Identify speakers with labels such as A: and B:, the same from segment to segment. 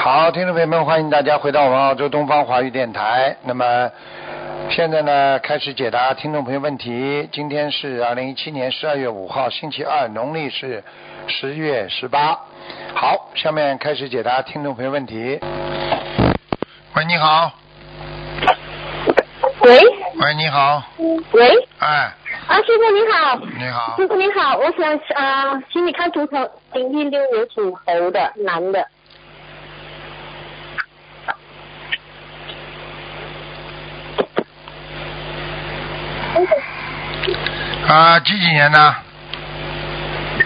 A: 好，听众朋友们，欢迎大家回到我们澳洲东方华语电台。那么现在呢，开始解答听众朋友问题。今天是二零一七年十二月五号，星期二，农历是十月十八。好，下面开始解答听众朋友问题。喂，你好。
B: 喂
A: 喂，你好。
B: 喂，
A: 哎，
B: 啊，师傅你好，
A: 你好。
B: 师傅你好，我想啊、呃请你看图腾，零一六年属猴的男的，
A: 啊，几几年的？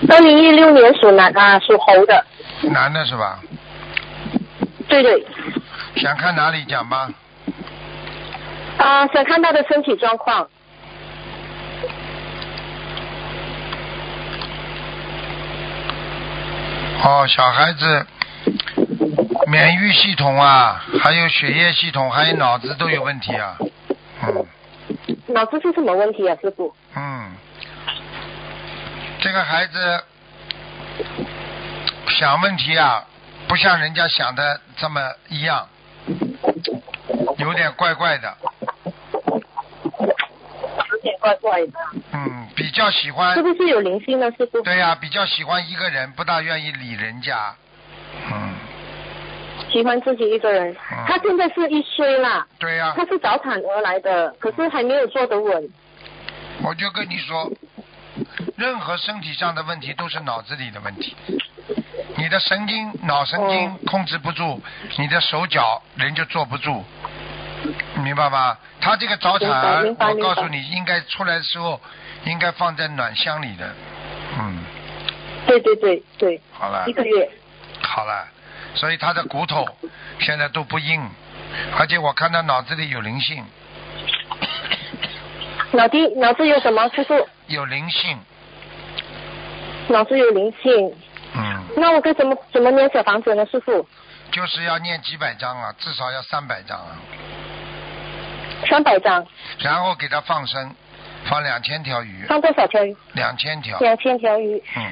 B: 二哦零一六年属男啊、属猴的，
A: 男的是吧？
B: 对对，
A: 想看哪里讲吧？
B: 啊、想看他的身体状况，
A: 哦，小孩子免疫系统啊，还有血液系统，还有脑子都有问题啊。嗯
B: 脑子是什么问题啊，师傅？
A: 嗯，这个孩子想问题啊，不像人家想的这么一样，有点怪怪的。
B: 有点怪怪的，
A: 嗯，比较喜欢
B: 是不是有灵性呢，师傅？
A: 对呀、比较喜欢一个人，不大愿意理人家。嗯，
B: 喜欢自己一个人，
A: 嗯
B: 他现在是一岁啦，
A: 对呀、
B: 他是早产而来的，可是还没有坐得稳，
A: 我就跟你说，任何身体上的问题都是脑子里的问题。你的神经、脑神经
B: 哦
A: 控制不住，你的手脚人就坐不住，明白吗？他这个早产儿，
B: 明白
A: 我
B: 明白
A: 告诉你，应该出来的时候应该放在暖箱里的。嗯，
B: 对对对对，
A: 好了
B: 一，个月，
A: 好了，所以他的骨头现在都不硬，而且我看他脑子里有灵性，
B: 脑子脑子有什么，师傅？
A: 有灵性，
B: 脑子有灵性，
A: 嗯。
B: 那我该怎么怎么念小房子呢，师傅？
A: 就是要念几百张啊，至少要三百张啊，
B: 三百张，
A: 然后给他放生，放两千条鱼，
B: 放多少条鱼？
A: 两千条，
B: 两千条鱼，
A: 嗯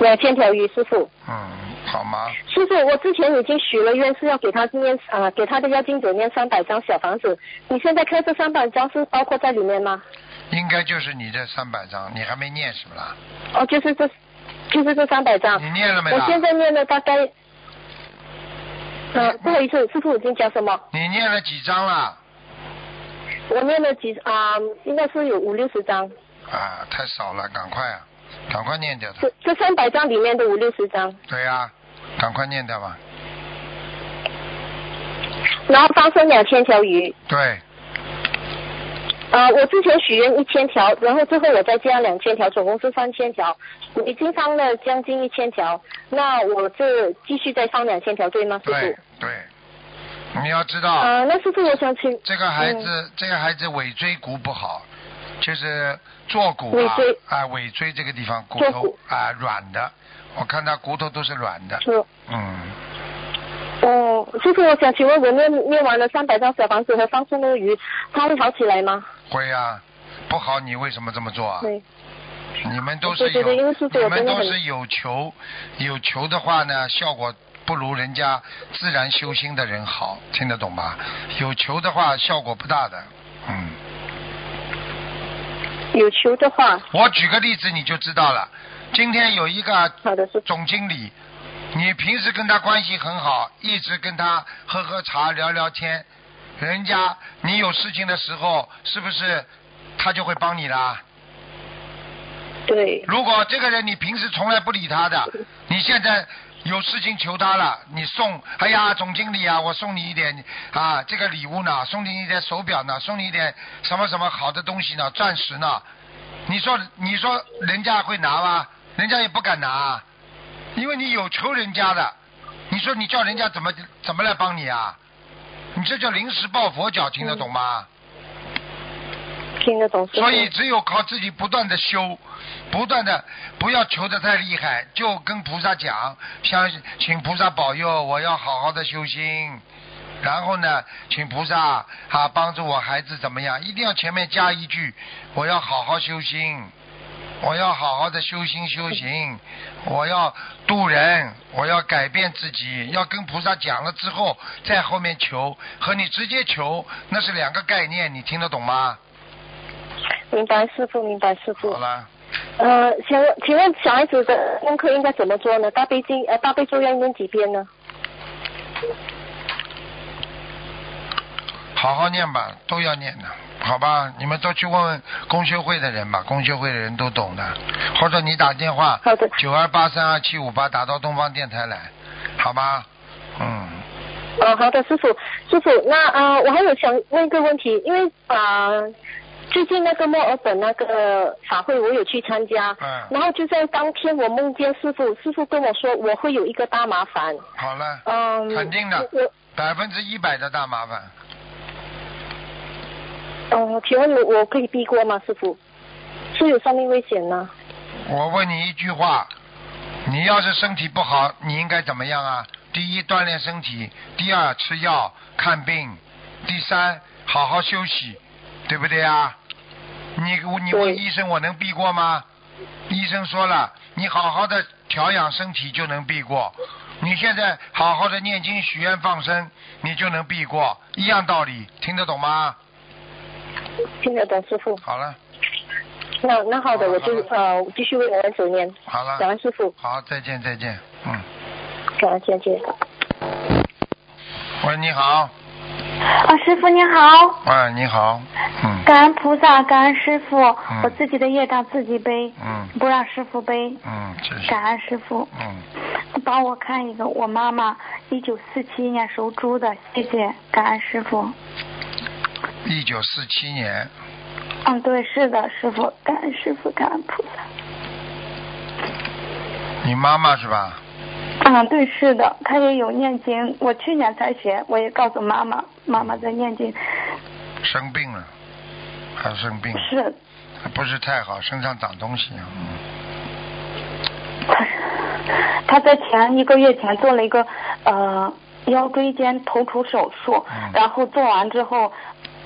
B: 两千条鱼，师傅。
A: 嗯，好吗？
B: 师傅，我之前已经许了愿，是要给他念啊、给他的要经者念三百张小房子。你现在看这三百张是包括在里面吗？
A: 应该就是你这三百张，你还没念是不啦？
B: 哦，就是这，就是这三百张
A: 你。念嗯了没
B: 啊我
A: 啦？
B: 现在念了大概，呃，不好意思，师傅已经讲什么？
A: 你念了几张啦？
B: 我念了几啊、应该是有五六十张，
A: 啊，太少了，赶快啊，赶快念掉它
B: 这。这三百张里面的五六十张。
A: 对呀、赶快念掉吧。
B: 然后放生两千条鱼，
A: 对，
B: 呃，我之前许愿一千条，然后最后我再加两千条，总共是三千条，我已经放了将近一千条，那我这继续再放两千条，对吗，师
A: 对啊
B: 傅？
A: 对，你要知道。
B: 呃，那师傅我想请，
A: 这个孩子，
B: 嗯
A: 这个孩子尾椎骨不好，就是坐骨啊
B: 尾椎，
A: 啊尾椎这个地方骨
B: 坐
A: 头
B: 骨
A: 啊软的，我看他骨头都是软的，
B: 嗯，
A: 嗯，
B: 哦、师傅我想请问，我念念完了三百张小房子和放生那个鱼，它会好起来吗？
A: 会啊，不好你为什么这么做啊？
B: 对，
A: 你们都是
B: 对对对因
A: 有
B: 为，师傅
A: 你
B: 我
A: 们
B: 真的
A: 都
B: 很
A: 是有求，有求的话呢，效果不如人家自然修心的人好，听得懂吧？有求的话效果不大的，嗯。
B: 有求的话，
A: 我举个例子你就知道了。今天有一个
B: 好的，师傅，
A: 总经理，你平时跟他关系很好，一直跟他喝喝茶、聊聊天，人家你有事情的时候，是不是他就会帮你啦？
B: 对，
A: 如果这个人你平时从来不理他的，你现在有事情求他了，你送，哎呀，总经理啊，我送你一点啊，这个礼物呢，送你一点手表呢，送你一点什么什么好的东西呢，钻石呢，你说你说人家会拿吗？人家也不敢拿，因为你有求人家的，你说你叫人家怎么怎么来帮你啊？你这叫临时抱佛脚，听得懂吗？
B: 听得懂，师傅
A: 所。以只有靠自己不断的修，不断的不要求的太厉害，就跟菩萨讲，想请菩萨保佑，我要好好的修心。然后呢，请菩萨啊帮助我孩子怎么样？一定要前面加一句，我要好好修心，我要好好的修心修行，我要渡人，我要改变自己，要跟菩萨讲了之后，在后面求和你直接求那是两个概念，你听得懂吗？
B: 明白师傅，明白师傅
A: 好。了，
B: 呃，请问请问小孩子的功课应该怎么做呢？大悲经呃大悲咒要念几遍呢？
A: 好好念吧，都要念的，好吧？你们都去问问公修会的人吧，公修会的人都懂的，或者你打电话
B: 好的，
A: 九二八三二七五八打到东方电台来，好吧？嗯。
B: 呃，好的，师傅，师傅，那呃，我还有想问一个问题，因为呃，最近那个墨尔本那个法会我有去参加，
A: 嗯
B: 然后就在当天我梦见师傅，师傅跟我说我会有一个大麻烦，
A: 好了，
B: 嗯，
A: 肯定的
B: 我
A: 百分之一百的大麻烦，
B: 嗯、呃，请问我我可以避过吗，师傅？是有生命危险呢？
A: 我问你一句话，你要是身体不好，你应该怎么样啊？第一，锻炼身体；第二，吃药看病；第三，好好休息，对不对啊？你你
B: 对
A: 问医生，我能避过吗？医生说了，你好好的调养身体就能避过。你现在好好的念经许愿放生，你就能避过，一样道理，听得懂吗？
B: 听得懂师傅？
A: 好了，
B: 那那好的，
A: 好
B: 我
A: 的
B: 就
A: 哦好的啊
B: 呃继续为我们主念，
A: 好了，
B: 感恩师傅，
A: 好，再见，再见，嗯。
B: 感恩姐姐。
A: 喂，你好，
C: 啊，师傅你好，
A: 喂，你好，嗯
C: 感恩菩萨，感恩师傅，
A: 嗯
C: 我自己的业障自己背，
A: 嗯
C: 不让师傅背，
A: 嗯，谢谢，
C: 感恩师傅。
A: 嗯，
C: 帮我看一个，我妈妈一九四七年属猪的，谢谢，感恩师傅。
A: 一九四七年，
C: 嗯，对，是的，师傅，感恩师傅，感恩菩萨。
A: 你妈妈是吧？
C: 嗯，对，是的，她也有念经，我去年才学，我也告诉妈妈，妈妈在念经，
A: 生病了，还生病，
C: 是，
A: 不是太好，身上长东西，嗯，
C: 她她在前一个月前做了一个呃腰椎间突出手术
A: 嗯，
C: 然后做完之后。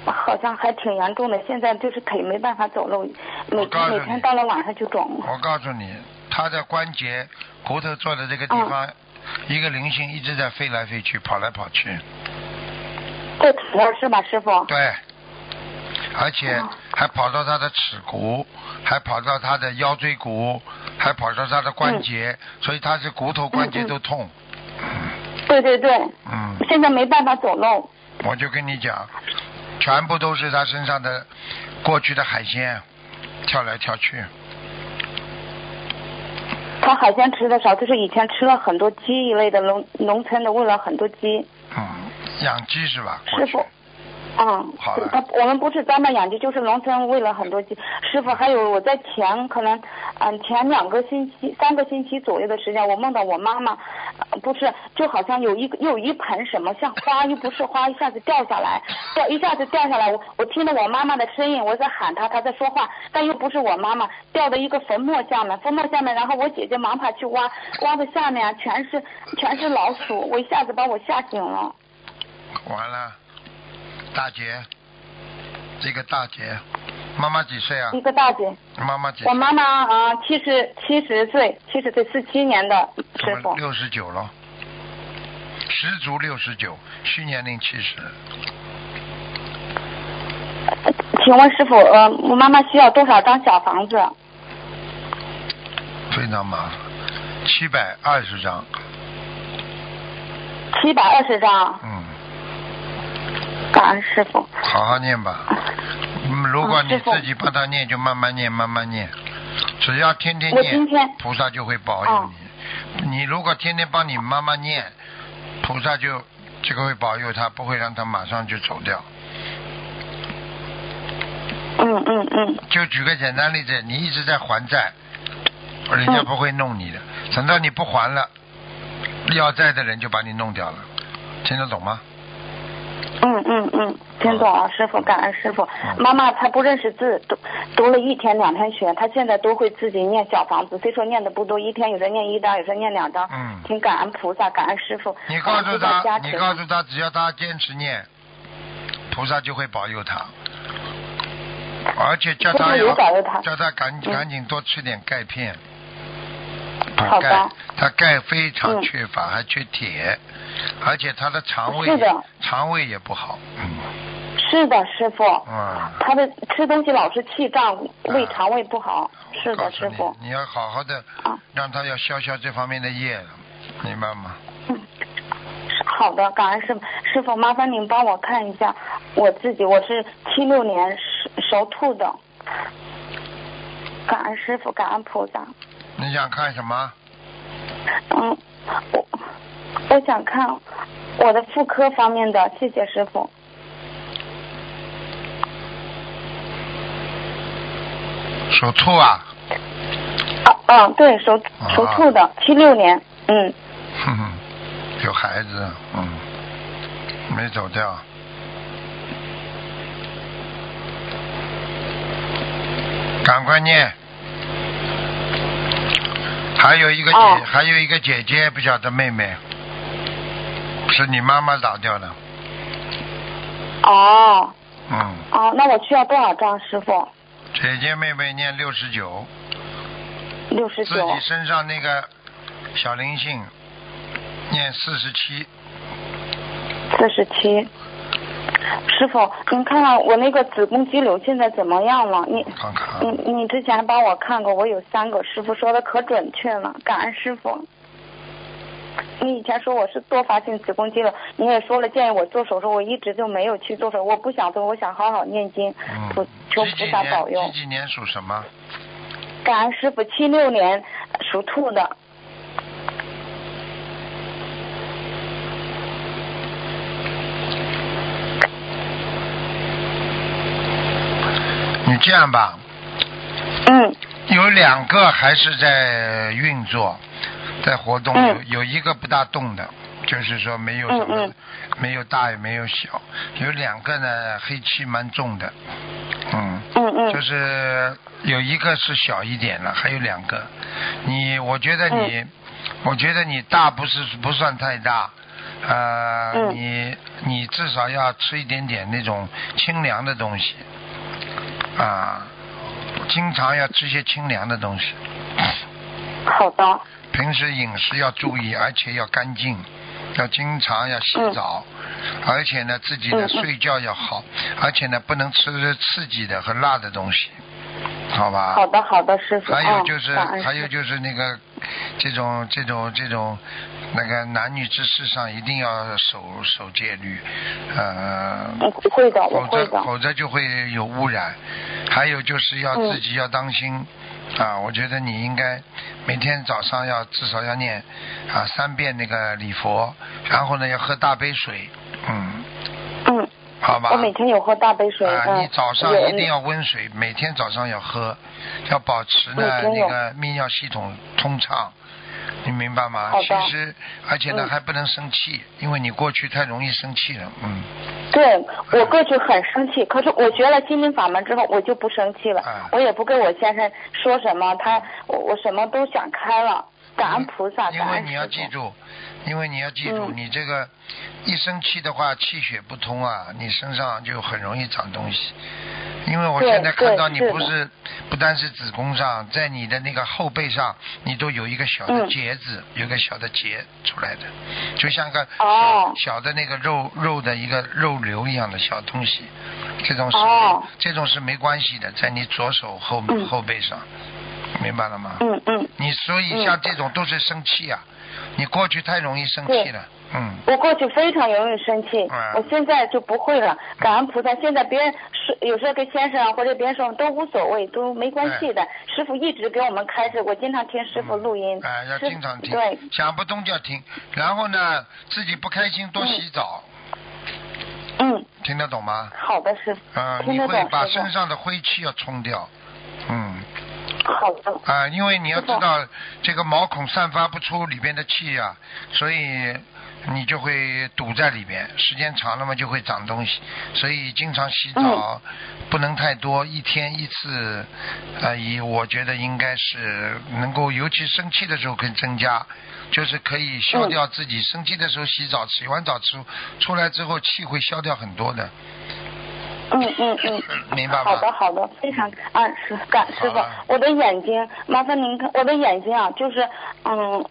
C: 好像还挺严重的，现在就是腿没办法走路，每
A: 我告诉
C: 每
A: 你
C: 天到了晚上就肿。
A: 我告诉你，她的关节骨头做的这个地方，
C: 哦
A: 一个灵性一直在飞来飞去，跑来跑去，
C: 哦这腿那儿是吧，师傅？
A: 对，而且
C: 哦
A: 还跑到他的尺骨，还跑到他的腰椎骨，还跑到他的关节，
C: 嗯
A: 所以他是骨头关节都痛。
C: 对对对，
A: 嗯
C: 现在没办法走路。
A: 我就跟你讲，全部都是他身上的过去的海鲜跳来跳去。
C: 他海鲜吃的少，就是以前吃了很多鸡一类的农农村的，喂了很多鸡。
A: 嗯，养鸡是吧？过
C: 师
A: 去
C: 傅，嗯
A: 好了，
C: 他我们不是专门养鸡，就是农村喂了很多鸡。师傅，还有我在前可能，嗯，前两个星期、三个星期左右的时间，我梦到我妈妈，呃不是，就好像有一个又有一盆什么，像花又不是花，一下子掉下来，掉一下子掉下来，我我听到我妈妈的声音，我在喊她，她在说话，但又不是我妈妈，掉到一个坟墓下面，坟墓下面，然后我姐姐忙爬去挖，挖的下面啊全是全是老鼠，我一下子把我吓醒了。
A: 完了，大姐，这个大姐，妈妈几岁啊？
C: 一个大姐，
A: 妈妈几
C: 我
A: 岁？
C: 妈妈啊，七十七十岁，七十岁四七年的师傅，
A: 六十九了，十足六十九，虚年龄七十。
C: 请问师傅，呃，我妈妈需要多少张小房子？
A: 非常麻烦，七百二十张，
C: 七百二十张，
A: 嗯，
C: 感恩师傅。
A: 好好念吧。嗯，如果
C: 嗯
A: 你
C: 师父
A: 自己帮他念，就慢慢念，慢慢念，只要天天
C: 我
A: 念
C: 今天，啊
A: 菩萨就会保佑你。你如果天天帮你妈妈念，菩萨就这个会保佑他，不会让他马上就走掉。
C: 嗯嗯嗯，
A: 就举个简单例子，你一直在还债，人家
C: 嗯
A: 不会弄你的，等到你不还了，要债的人就把你弄掉了，听得懂吗？
C: 嗯嗯嗯，听懂了，师傅，感恩师傅
A: 嗯。
C: 妈妈她不认识字，读读了一天两天学，她现在都会自己念小房子，虽说念的不多，一天有时候念一张，有时候念两张，
A: 嗯
C: 挺感恩菩萨，感恩师傅。
A: 你告
C: 感
A: 诉
C: 恩菩萨
A: 他，
C: 加
A: 你
C: 持
A: 告诉他，只要他坚持念，菩萨就会保佑他。而且叫
C: 不
A: 他
C: 是
A: 要
C: 有感而谈
A: 叫他赶
C: 嗯
A: 赶紧多吃点钙片。
C: 好的
A: 钙，他钙非常
C: 嗯
A: 缺乏，还缺铁，而且他的肠胃
C: 是的
A: 肠胃也不好。嗯
C: 是的，师傅。
A: 嗯
C: 他的吃东西老是气胀，胃肠胃不好。是
A: 啊我告
C: 的，
A: 诉
C: 师
A: 你
C: 傅，。
A: 你要好好的
C: 啊，
A: 让他要消消这方面的业，明白吗？
C: 好的，感恩师傅。师傅，麻烦您帮我看一下我自己，我是七六年属属兔的。感恩师傅，感恩菩萨。
A: 你想看什么？
C: 嗯，我我想看我的妇科方面的，谢谢师傅。
A: 属兔啊，
C: 啊啊，对，属属兔的，七六年，嗯，
A: 哼哼， 有孩子，嗯，没走掉。赶快念。还有一个姐，
C: 哦
A: 还有一个姐姐，不晓得妹妹，是你妈妈打掉的，
C: 哦
A: 嗯，
C: 哦，那我需要多少张，师傅？
A: 姐姐妹妹念六十九，
C: 六十
A: 自
C: 九。
A: 己身上那个小灵性念四十七，
C: 四十七。师傅，您看看我那个子宫肌瘤现在怎么样了？你
A: 看看啊，
C: 你你之前帮我看过，我有三个，师傅说的可准确了，感恩师傅。你以前说我是多发性子宫肌瘤，你也说了建议我做手术，我一直就没有去做手术，我不想做，我想好好念经，
A: 嗯
C: 菩，求
A: 几
C: 菩
A: 几
C: 萨
A: 年
C: 保佑
A: 几。几年属什么？
C: 感恩师傅，七六年属兔的，
A: 你这样吧，
C: 嗯，
A: 有两个还是在运作，在活动，有
C: 嗯
A: 有一个不大动的，就是说没有什么，
C: 嗯嗯
A: 没有大也没有小，有两个呢黑气蛮重的，嗯，
C: 嗯嗯
A: 就是有一个是小一点了，还有两个，你我觉得你，
C: 嗯
A: 我觉得你大不是不算太大。呃，
C: 嗯
A: 你你至少要吃一点点那种清凉的东西，啊，经常要吃些清凉的东西，
C: 好
A: 啊
C: 的，
A: 平时饮食要注意，而且要干净，要经常要洗澡，而且呢自己呢
C: 嗯嗯
A: 睡觉要好，而且呢不能吃刺激的和辣的东西，好吧？
C: 好的好的，师傅。
A: 还有就是，
C: 嗯感恩师
A: 还有就是那个，这种这种这种，那个男女之事上一定要守守戒律，呃，
C: 嗯会的，我
A: 否
C: 会
A: 则
C: 的。
A: 否则就会有污染。还有就是要
C: 嗯
A: 自己要当心、啊！我觉得你应该每天早上要至少要念啊三遍那个礼佛，然后呢要喝大杯水，嗯，
C: 嗯。
A: 好吧。
C: 我每天有喝大杯水，
A: 啊，
C: 嗯，
A: 你早上
C: 有
A: 一定要温水，每天早上要喝，要保持呢
C: 每天
A: 那
C: 有
A: 个泌尿系统通畅，你明白吗
C: 好？的
A: 其实，而且呢
C: 嗯
A: 还不能生气，因为你过去太容易生气了，嗯，
C: 对我过去很生气，可是我学了心灵法门之后，我就不生气了，
A: 啊嗯
C: 我也不跟我先生说什么，他我我什么都想开了，感恩菩萨，
A: 因
C: 感
A: 为
C: 恩
A: 你要
C: 师
A: 记
C: 傅。
A: 住，因为你要记住，
C: 嗯
A: 你这个一生气的话，气血不通啊，你身上就很容易长东西。因为我
C: 对
A: 现在看
C: 对
A: 到你
C: 是
A: 不
C: 的
A: 是不单是子宫上，在你的那个后背上，你都有一个小的
C: 嗯
A: 结子，有个小的结出来的，就像个小、
C: 哦
A: 小的那个肉肉的一个肉瘤一样的小东西，这种是、
C: 哦
A: 这种是没关系的，在你左手后、
C: 嗯
A: 后背上，明白了吗？
C: 嗯嗯，
A: 你所以像这种都是生气啊，你过去太容易生气了，嗯，
C: 我过去非常容易生气，
A: 啊嗯
C: 我现在就不会了，感恩菩萨。现在别人说有时候跟先生啊或者别人说都无所谓，都没关系的。师傅一直给我们开示，我经常听师傅录音，
A: 哎、要
C: 师
A: 经常听
C: 对，，
A: 想不通就要听，然后呢，自己不开心多洗澡，
C: 嗯，
A: 听得懂吗？
C: 好的，师傅，
A: 啊、
C: 听
A: 你
C: 得懂，
A: 会把
C: 师
A: 身上的灰气要冲掉，嗯，
C: 傅，好的，
A: 啊、因为你要知
C: 师傅
A: 道这个毛孔散发不出里边的气啊，所以你就会堵在里边，时间长了嘛就会长东西，所以经常洗澡、不能太多，一天一次，呃，以我觉得应该是能够，尤其生气的时候可以增加，就是可以消掉自己、生气的时候洗澡，洗完澡出出来之后气会消掉很多的，
C: 嗯嗯嗯，
A: 明白吗？
C: 好的好的，非常啊，是感师傅
A: 好啊了，
C: 我的眼睛，麻烦您看我的眼睛啊，就是嗯，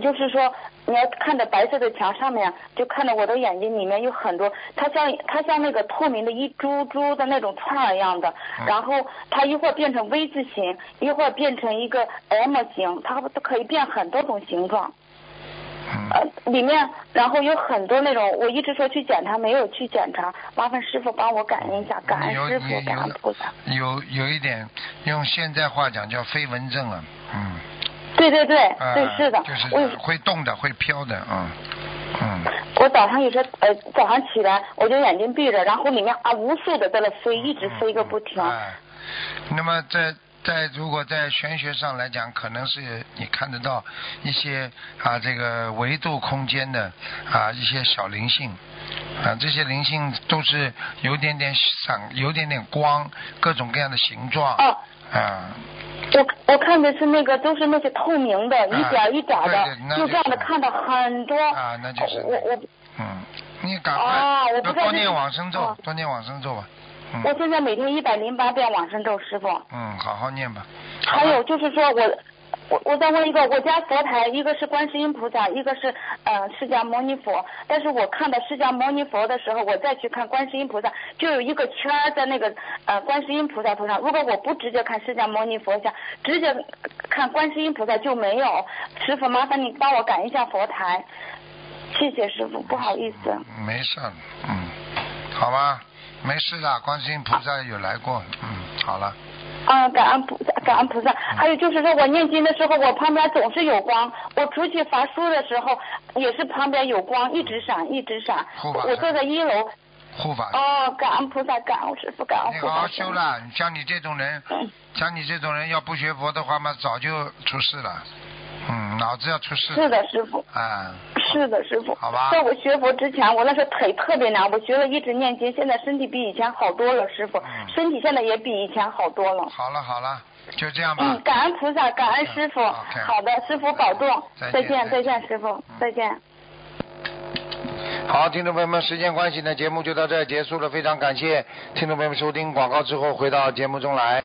C: 就是说你要看着白色的墙上面，啊就看着我的眼睛里面有很多，它像它像那个透明的一珠珠的那种串儿一样的，
A: 嗯
C: 然后它一会儿变成 V 字形，一会儿变成一个 M 型，它它可以变很多种形状。
A: 嗯，
C: 呃，里面然后有很多那种，我一直说去检查，没有去检查，麻烦师傅帮我感应一下，感恩
A: 嗯有
C: 师
A: 有
C: 傅，感恩菩萨。
A: 有有一点，用现在话讲叫飞蚊症啊，嗯，
C: 对对对，
A: 啊
C: 对是的，
A: 就是
C: 我有
A: 会动的，会飘的，嗯，嗯，
C: 我早上有时候呃早上起来我就眼睛闭着，然后里面啊无数的在那飞，一直飞个不停。
A: 哎，那么在在如果在玄学上来讲，可能是你看得到一些啊这个维度空间的啊一些小灵性。啊，这些灵性都是有点点闪，有点点光，各种各样的形状。
C: 哦，
A: 啊，
C: 我我看的是那个都是那些透明的，一点儿一点
A: 嗯
C: 儿
A: 对对那
C: 的，
A: 就
C: 就这样
A: 是
C: 的看到很多。
A: 啊那就是
C: 哦我我
A: 嗯，你赶
C: 哦
A: 快
C: 我
A: 多
C: 不知道
A: 多
C: 这
A: 念
C: 是
A: 往生咒
C: 哦，
A: 多念往生咒吧。
C: 我
A: 嗯
C: 现在每天一百零八遍往生咒，师傅。
A: 嗯，好好念吧。好吧
C: 还有就是说我，我我再问一个，我家佛台一个是观世音菩萨，一个是呃释迦牟尼佛，但是我看到释迦牟尼佛的时候，我再去看观世音菩萨，就有一个圈儿在那个呃观世音菩萨头上。如果我不直接看释迦牟尼佛像，直接看观世音菩萨就没有。师傅，麻烦你帮我赶一下佛台，谢谢师傅，不好意思。
A: 没事儿，嗯，好吧，没事的，观世音菩萨有来过，嗯，好了，
C: 啊，感恩菩萨，感恩菩萨。
A: 嗯
C: 还有就是说我念经的时候，我旁边总是有光；我出去伐书的时候，也是旁边有光，一直闪，一直闪。
A: 护法神
C: 我坐在一楼。
A: 护法，
C: 哦，感恩菩萨，感恩师傅，感恩
A: 你
C: 菩
A: 好嗯
C: 萨。
A: 好修了，你像你这种人，
C: 嗯。
A: 像你这种人要不学佛的话嘛，早就出事了，嗯，脑子要出事，
C: 是的，师傅。
A: 啊，
C: 是的，师傅。
A: 好吧
C: 在我学佛之前，我那时候腿特别难，我学了一直念经，现在身体比以前好多了，师傅
A: 嗯。
C: 身体现在也比以前好多了。
A: 好了好了，就这样吧
C: 嗯，，感恩菩萨，感恩师傅。
A: 嗯 OK
C: 好的，师傅保重。
A: 再见
C: 再
A: 再
C: 见，再
A: 见嗯
C: 见，师傅，再见。
A: 好，听众朋友们，时间关系呢，节目就到这儿结束了，非常感谢听众朋友们收听广告之后回到节目中来。